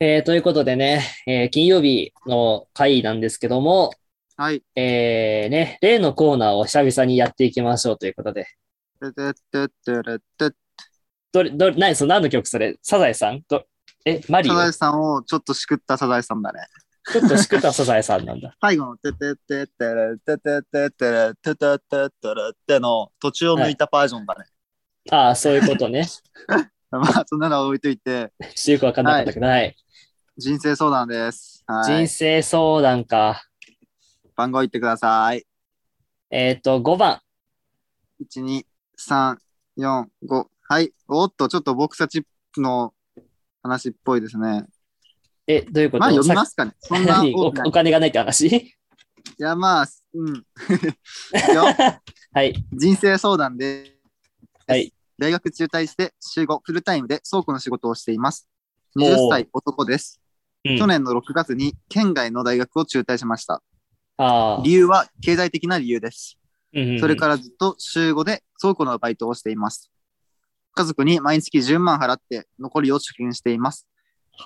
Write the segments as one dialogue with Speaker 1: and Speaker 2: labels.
Speaker 1: えーということでね、えー金曜日の回なんですけども、
Speaker 2: はい。
Speaker 1: えーね、例のコーナーを久々にやっていきましょうということで。
Speaker 2: ててててれて
Speaker 1: どれ、どれ、何、その何の曲それサザエさんどえ、マリ
Speaker 2: サ
Speaker 1: オ
Speaker 2: ザエさんをちょっとしくったサザエさんだね。
Speaker 1: ちょっとしくったサザエさんなんだ。
Speaker 2: 最後のててててれててててれててててれての途中を抜いたバージョンだね。
Speaker 1: ああ、そういうことね。
Speaker 2: まあ、そんなのは置いといて、
Speaker 1: ちょっとよくわかんなかったけど、はい。
Speaker 2: 人生相談です。は
Speaker 1: 人
Speaker 2: い。
Speaker 1: 生相談か。
Speaker 2: 番号言ってください。
Speaker 1: えっ、と、5番。
Speaker 2: 1、2、3、4、5。はい。おっと、ちょっとボクサチップの話っぽいですね。
Speaker 1: え、どういうこと
Speaker 2: まあ、読みま
Speaker 1: さ
Speaker 2: すかね。そんな
Speaker 1: 何お
Speaker 2: 大きな。
Speaker 1: お
Speaker 2: い
Speaker 1: 金がないって話
Speaker 2: や、まあ、うん。いくよ。
Speaker 1: はい。
Speaker 2: 人生相談です。
Speaker 1: はい
Speaker 2: 大学中退して週5フルタイムで倉庫の仕事をしています。
Speaker 1: おー
Speaker 2: 20歳男です。
Speaker 1: うん
Speaker 2: 去年の6月に県外の大学を中退しました。
Speaker 1: ああ。
Speaker 2: 理由は経済的な理由です。
Speaker 1: うんうん
Speaker 2: それからずっと週5で倉庫のバイトをしています。家族に毎月10万払って残りを貯金しています。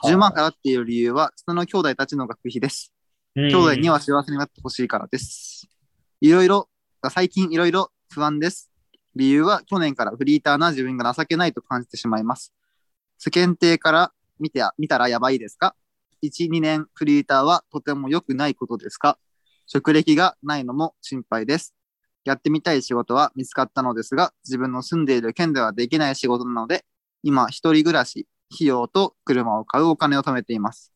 Speaker 2: 10万払っている理由は下の兄弟たちの学費です。兄弟には幸せになってほしいからです。いろいろ、最近いろいろ不安です。理由は去年からフリーターな自分が情けないと感じてしまいます。世間体から見て見たらやばいですか ?1、2年フリーターはとても良くないことですか職歴がないのも心配です。やってみたい仕事は見つかったのですが、自分の住んでいる県ではできない仕事なので、今一人暮らし、費用と車を買うお金を貯めています。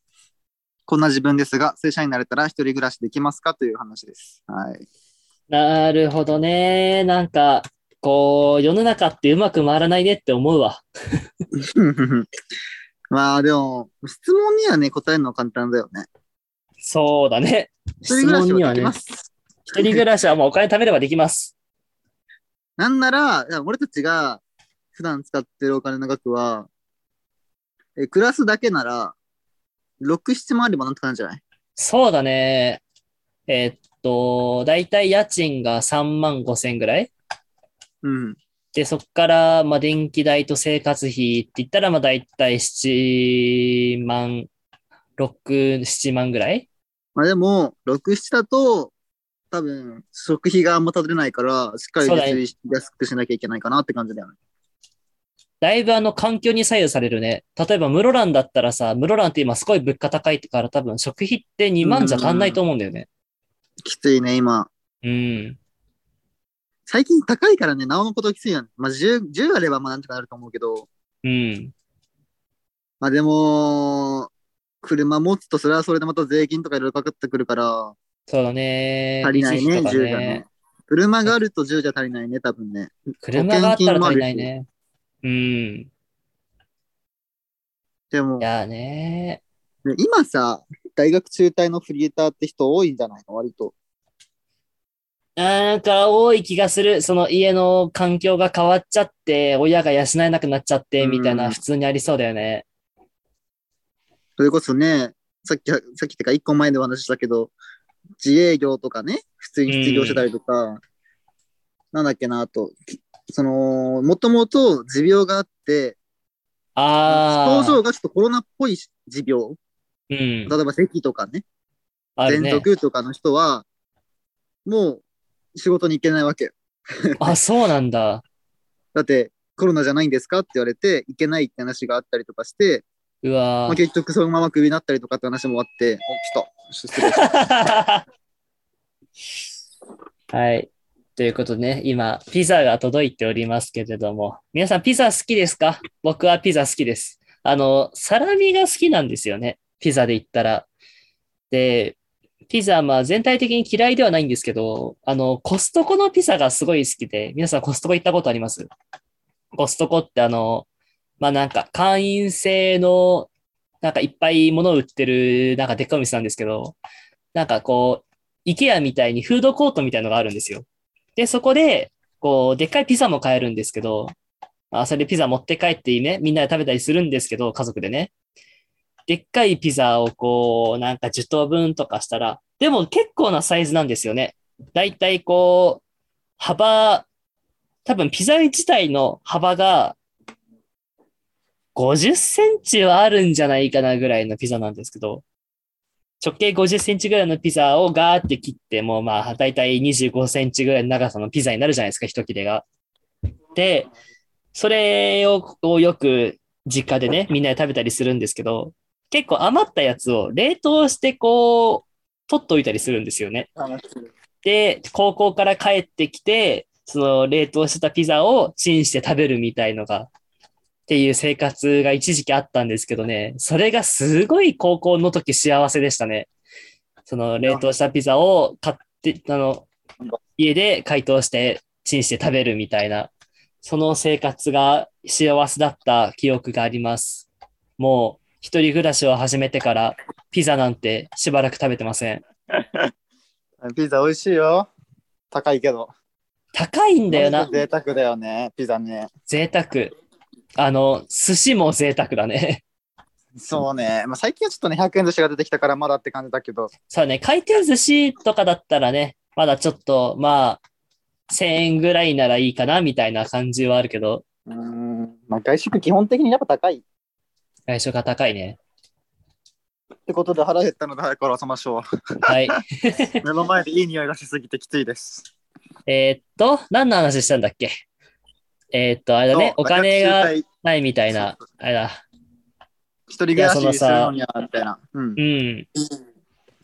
Speaker 2: こんな自分ですが、正社員になれたら一人暮らしできますかという話です。はい。
Speaker 1: なるほどね。なんか、こう、世の中ってうまく回らないねって思うわ。
Speaker 2: まあでも、質問にはね、答えるの簡単だよね。
Speaker 1: そうだね。
Speaker 2: 一人暮らしはできま
Speaker 1: 質
Speaker 2: す。
Speaker 1: 問にはね一人暮らしはもうお金貯めればできます。
Speaker 2: なんなら、俺たちが普段使ってるお金の額は、え暮らすだけなら、6、7万あればなんとかなんじゃない
Speaker 1: そうだね。えーっと、だいたい家賃が3万5千ぐらい
Speaker 2: うん。
Speaker 1: で、そこから、まあ、電気代と生活費って言ったら、まあ、だいたい7万、6、7万ぐらい
Speaker 2: まあでも、6、7だと、多分、食費があんま食べれないから、しっかり
Speaker 1: そうだね
Speaker 2: 自炊し安くしなきゃいけないかなって感じだよね。
Speaker 1: だいぶあの環境に左右されるね。例えば室蘭だったらさ、室蘭って今すごい物価高いから多分食費って2万じゃ足んないと思うんだよね。
Speaker 2: きついね、今。
Speaker 1: うん。
Speaker 2: 最近高いからね、なおのこときついよね。まあ10、10あればまあなんとかなると思うけど、
Speaker 1: うん。
Speaker 2: まあでも、車持つとそれはそれでまた税金とかいろいろかかってくるから、
Speaker 1: そうだね。
Speaker 2: 足りない
Speaker 1: 維持
Speaker 2: ね、
Speaker 1: 費とか
Speaker 2: 10じゃね。車があると10じゃ足りないね、多分ね。
Speaker 1: 車があったら足りないね。うん。い
Speaker 2: でも、ね
Speaker 1: やーね
Speaker 2: 今さ、大学中退のフリーターって人多いんじゃないの割と。
Speaker 1: あーなんか多い気がする。その家の環境が変わっちゃって、親が養えなくなっちゃって、みたいな
Speaker 2: うん
Speaker 1: 普通にありそうだよね。
Speaker 2: それこそね、さっき、さっきってか一個前でお話ししたけど、自営業とかね、普通に失業してたりとか、なんだっけな、あと、きその、もともと持病があって、
Speaker 1: あ
Speaker 2: 症
Speaker 1: あ。
Speaker 2: 状がちょっとコロナっぽい持病、
Speaker 1: うん。
Speaker 2: 例えば咳とかね、
Speaker 1: ある
Speaker 2: 喘
Speaker 1: ね。
Speaker 2: 息とかの人は、もう仕事に行けないわけよ。
Speaker 1: あ、そうなんだ。
Speaker 2: だって、コロナじゃないんですかって言われて、行けないって話があったりとかして、
Speaker 1: う
Speaker 2: ま
Speaker 1: わ
Speaker 2: あ、
Speaker 1: ー。
Speaker 2: 結局そのままクビになったりとかって話もあって、お、来た。失 礼
Speaker 1: はい。ということでね、今、ピザが届いておりますけれども、皆さんピザ好きですか僕はピザ好きです。あの、サラミが好きなんですよね。ピザで言ったら。で、ピザ、まあ全体的に嫌いではないんですけど、あの、コストコのピザがすごい好きで、皆さんコストコ行ったことありますコストコってあの、まあなんか会員制の、なんかいっぱい物を売ってる、なんかでっかいお店なんですけど、なんかこう、IKEA みたいにフードコートみたいのがあるんですよ。で、そこで、こう、でっかいピザも買えるんですけど、あそれでピザ持って帰ってね、みんなで食べたりするんですけど、家族でね。でっかいピザをこう、なんか10等分とかしたら、でも結構なサイズなんですよね。だいたいこう、幅、多分ピザ自体の幅が、 50センチはあるんじゃないかなぐらいのピザなんですけど、直径50センチぐらいのピザをガーって切って、もうまあ、だいたい25センチぐらいの長さのピザになるじゃないですか、一切れが。で、それをこうよく実家でね、みんなで食べたりするんですけど、結構余ったやつを冷凍してこう、取っといたりするんですよね。で、高校から帰ってきて、その冷凍してたピザをチンして食べるみたいのが、っていう生活が一時期あったんですけどね、それがすごい高校の時幸せでしたね。その冷凍したピザを買って、あの、家で解凍してチンして食べるみたいな、その生活が幸せだった記憶があります。もう、一人暮らしを始めてから、ピザなんてしばらく食べてません。
Speaker 2: ピザ美味しいよ。高いけど。
Speaker 1: 高いんだよな。
Speaker 2: 贅沢だよね、ピザね。
Speaker 1: 贅沢。あの、寿司も贅沢だね。
Speaker 2: そうね。まあ、最近はちょっとね、100円寿司が出てきたからまだって感じだけど。
Speaker 1: そうね、回転寿司とかだったらね、まだちょっと、まあ、1000円ぐらいならいいかな、みたいな感じはあるけど、
Speaker 2: うーん。まあ、外食基本的にやっぱ高い。
Speaker 1: 外食が高いね。
Speaker 2: ってことで腹減ったので早く終わらせましょう。
Speaker 1: はい。
Speaker 2: 目の前でいい匂いがしすぎてきついです。
Speaker 1: えーっと、何の話したんだっけえーっと、あれだね、
Speaker 2: そ
Speaker 1: お
Speaker 2: う
Speaker 1: 金
Speaker 2: 学
Speaker 1: が
Speaker 2: 習会
Speaker 1: ないみたいな、あれだ。
Speaker 2: 一人暮らしするのにはみたいな。うん
Speaker 1: う。ん。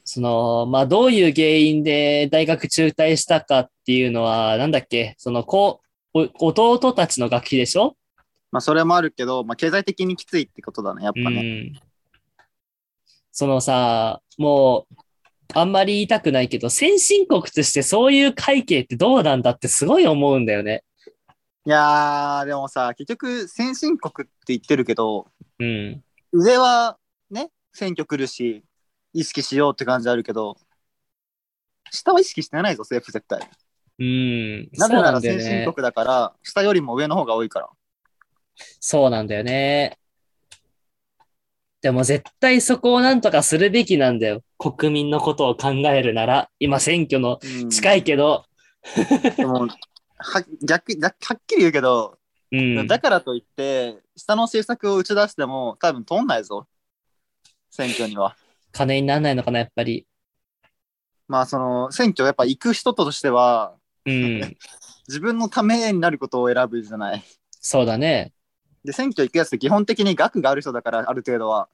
Speaker 1: その、まあ、どういう原因で大学中退したかっていうのは、なんだっけ、その、こう、お弟たちの学費でしょ
Speaker 2: まあそれもあるけど、まあ経済的にきついってことだね、やっぱね。
Speaker 1: うん、そのさ、もう、あんまり言いたくないけど、先進国としてそういう会計ってどうなんだってすごい思うんだよね。
Speaker 2: いやー、でもさ、結局先進国って言ってるけど、
Speaker 1: うん。
Speaker 2: 上はね、選挙来るし、意識しようって感じあるけど、下は意識してないぞ、政府絶対。
Speaker 1: うん。
Speaker 2: なぜ
Speaker 1: そう
Speaker 2: な
Speaker 1: な
Speaker 2: ら
Speaker 1: んだよ
Speaker 2: 先進
Speaker 1: ね。
Speaker 2: 国だから、下よりも上の方が多いから。
Speaker 1: そうなんだよね。でも絶対そこをなんとかするべきなんだよ。国民のことを考えるなら、今選挙の近
Speaker 2: い。
Speaker 1: いけど、
Speaker 2: でもは逆逆はっきり言うけど、
Speaker 1: うん。
Speaker 2: だからといって、下の政策を打ち出しても、多分通んないぞ、選挙には。
Speaker 1: 金にならないのかな、やっぱり。
Speaker 2: まあその選挙やっぱ行く人としては
Speaker 1: うん。
Speaker 2: 自分のためになることを選ぶじゃない。
Speaker 1: そうだね。
Speaker 2: で選挙行くやつって基本的に額がある人だからある程度は。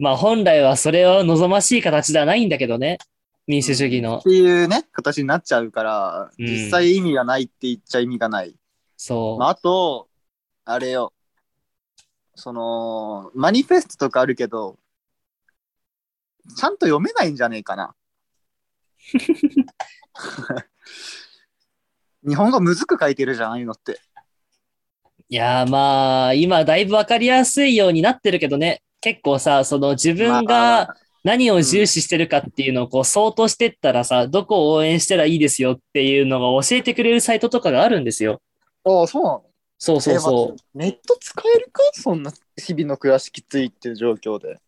Speaker 1: まあ本来はそれを望ましい形ではないんだけどね。民主主義の
Speaker 2: って。いうね形になっちゃうから
Speaker 1: うん
Speaker 2: 実際意味がないって言っちゃ意味がない。
Speaker 1: そう。
Speaker 2: まあ、あとあれよそのマニフェストとかあるけどちゃんと読めないんじゃねえ かな。日本語むずく書いてるじゃんああいうのって。
Speaker 1: いやーまあ、今だいぶわかりやすいようになってるけどね。結構さ、その自分
Speaker 2: まあ
Speaker 1: が何を重視してるかっていうのをこう相当してったらさ、どこを応援したらいいですよっていうのが教えてくれるサイトとかがあるんですよ。
Speaker 2: ああそうなの
Speaker 1: そうそう
Speaker 2: え
Speaker 1: そ
Speaker 2: まネット使えるかそんな日々の暮らしきついっていう状況 で。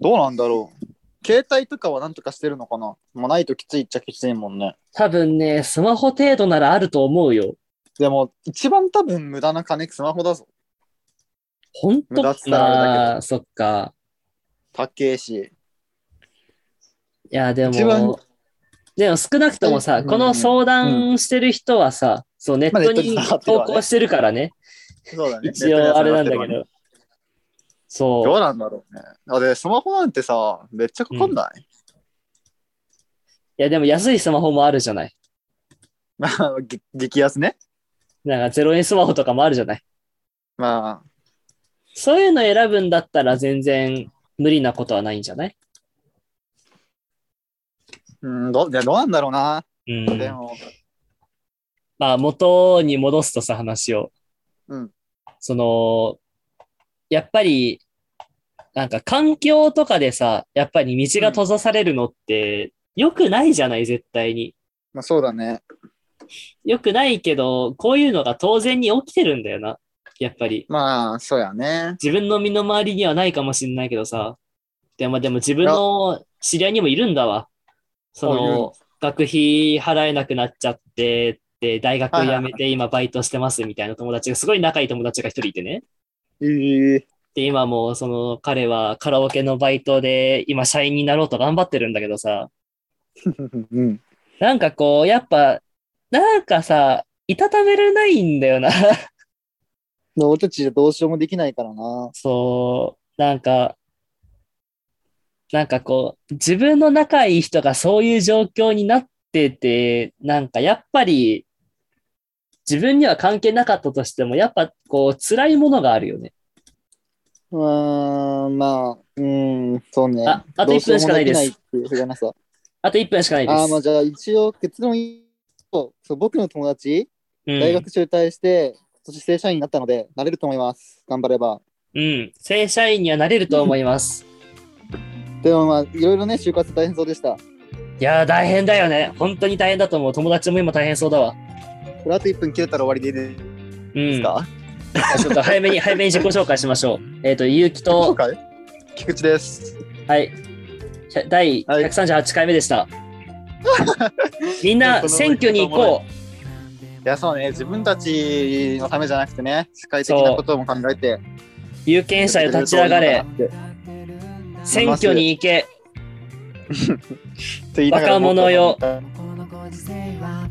Speaker 2: どうなんだろう携帯とかはなんとかしてるのかなもうないときついっちゃきついもんね。
Speaker 1: う。多分ね、スマホ程度ならあると思うよ。
Speaker 2: でも、一番多分無駄な金、スマホだぞ。
Speaker 1: ほんと
Speaker 2: 無駄っつったらあれだけど
Speaker 1: まあ、そっか。
Speaker 2: 高えし。
Speaker 1: いや、で
Speaker 2: 一番
Speaker 1: も、でも少なくとも
Speaker 2: う
Speaker 1: さ、
Speaker 2: ん
Speaker 1: この相談してる人はさ、そう、ネット
Speaker 2: まあネットに
Speaker 1: に
Speaker 2: 上がってる
Speaker 1: 投
Speaker 2: わね
Speaker 1: 稿してるからね。
Speaker 2: そうだね。
Speaker 1: 一応あれなんだ
Speaker 2: ネ
Speaker 1: け
Speaker 2: ットにやつ上がってるわね。
Speaker 1: ど。そう。
Speaker 2: どうなんだろうね。あで、スマホなんてさ、めっちゃかかんない、
Speaker 1: いや、でも安いスマホもあるじゃない。
Speaker 2: まあ、げ激安ね。
Speaker 1: なんか0円スマホとかもあるじゃない。
Speaker 2: まあ、
Speaker 1: そういうの選ぶんだったら全然無理なことはないんじゃない
Speaker 2: うんど、いやどうなんだろうな。
Speaker 1: うん。
Speaker 2: でも、
Speaker 1: まあ、元に戻すとさ、話を。
Speaker 2: うん。
Speaker 1: その、やっぱり、なんか環境とかでさ、やっぱり道が閉ざされるのって良くないじゃない、絶対に。
Speaker 2: まあそうだね。
Speaker 1: 良くないけど、こういうのが当然に起きてるんだよな。やっぱり。
Speaker 2: まあ、そうやね。
Speaker 1: 自分の身の回りにはないかもしれないけどさ。でも、でも自分の知り合いにもいるんだわ。そ
Speaker 2: あいる
Speaker 1: の
Speaker 2: の、
Speaker 1: 学費払えなくなっちゃってで、大学辞めて今バイトしてますみたいな友達が、すごい仲いい友達が一人いてね。
Speaker 2: え え
Speaker 1: で、今もうその彼はカラオケのバイトで今社員になろうと頑張ってるんだけどさ、
Speaker 2: うん。
Speaker 1: なんかこう、やっぱ、なんかさ、いたためれないんだよな。
Speaker 2: 俺たちじゃどうしようもできないからな。
Speaker 1: そう、なんか、なんかこう、自分の仲いい人がそういう状況になってて、なんかやっぱり、自分には関係なかったとしても、やっぱこう、辛いものがあるよね。
Speaker 2: うーん、まあ、うん、そうね。
Speaker 1: ああと
Speaker 2: どうしようも
Speaker 1: 一分しかないです
Speaker 2: きっていうふうなさ。
Speaker 1: あと1分しかないです。
Speaker 2: あーまあじゃあ一応結論言うとそう僕の友達、
Speaker 1: うん
Speaker 2: 大学中退して、今年正社員になったので、なれると思います。頑張れば。
Speaker 1: うん、正社員にはなれると思い ます。
Speaker 2: でもまあ、いろいろね、就活大変そうでした。
Speaker 1: いやー、大変だよね。本当に大変だと思う。友達も今大変そうだわ。
Speaker 2: これあと1分切れたら終わりでいい
Speaker 1: うん。
Speaker 2: ですか、
Speaker 1: ちょっと 早めに、早めに自己紹介しましょう。えっ、と、ゆうき
Speaker 2: 今
Speaker 1: と、
Speaker 2: 回菊池です。
Speaker 1: はい。ひゃ第138回目で した。みん
Speaker 2: いや
Speaker 1: な、
Speaker 2: その
Speaker 1: 選挙に行こう。
Speaker 2: いや、そうね、自分たちのためじゃなくてね、世界的なことも考えて、
Speaker 1: 有権者へ立ち上がれ。。選挙に行け。
Speaker 2: と言いながら
Speaker 1: 若者よ。
Speaker 3: このご時世は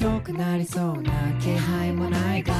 Speaker 3: 良くなりそうな気配もないが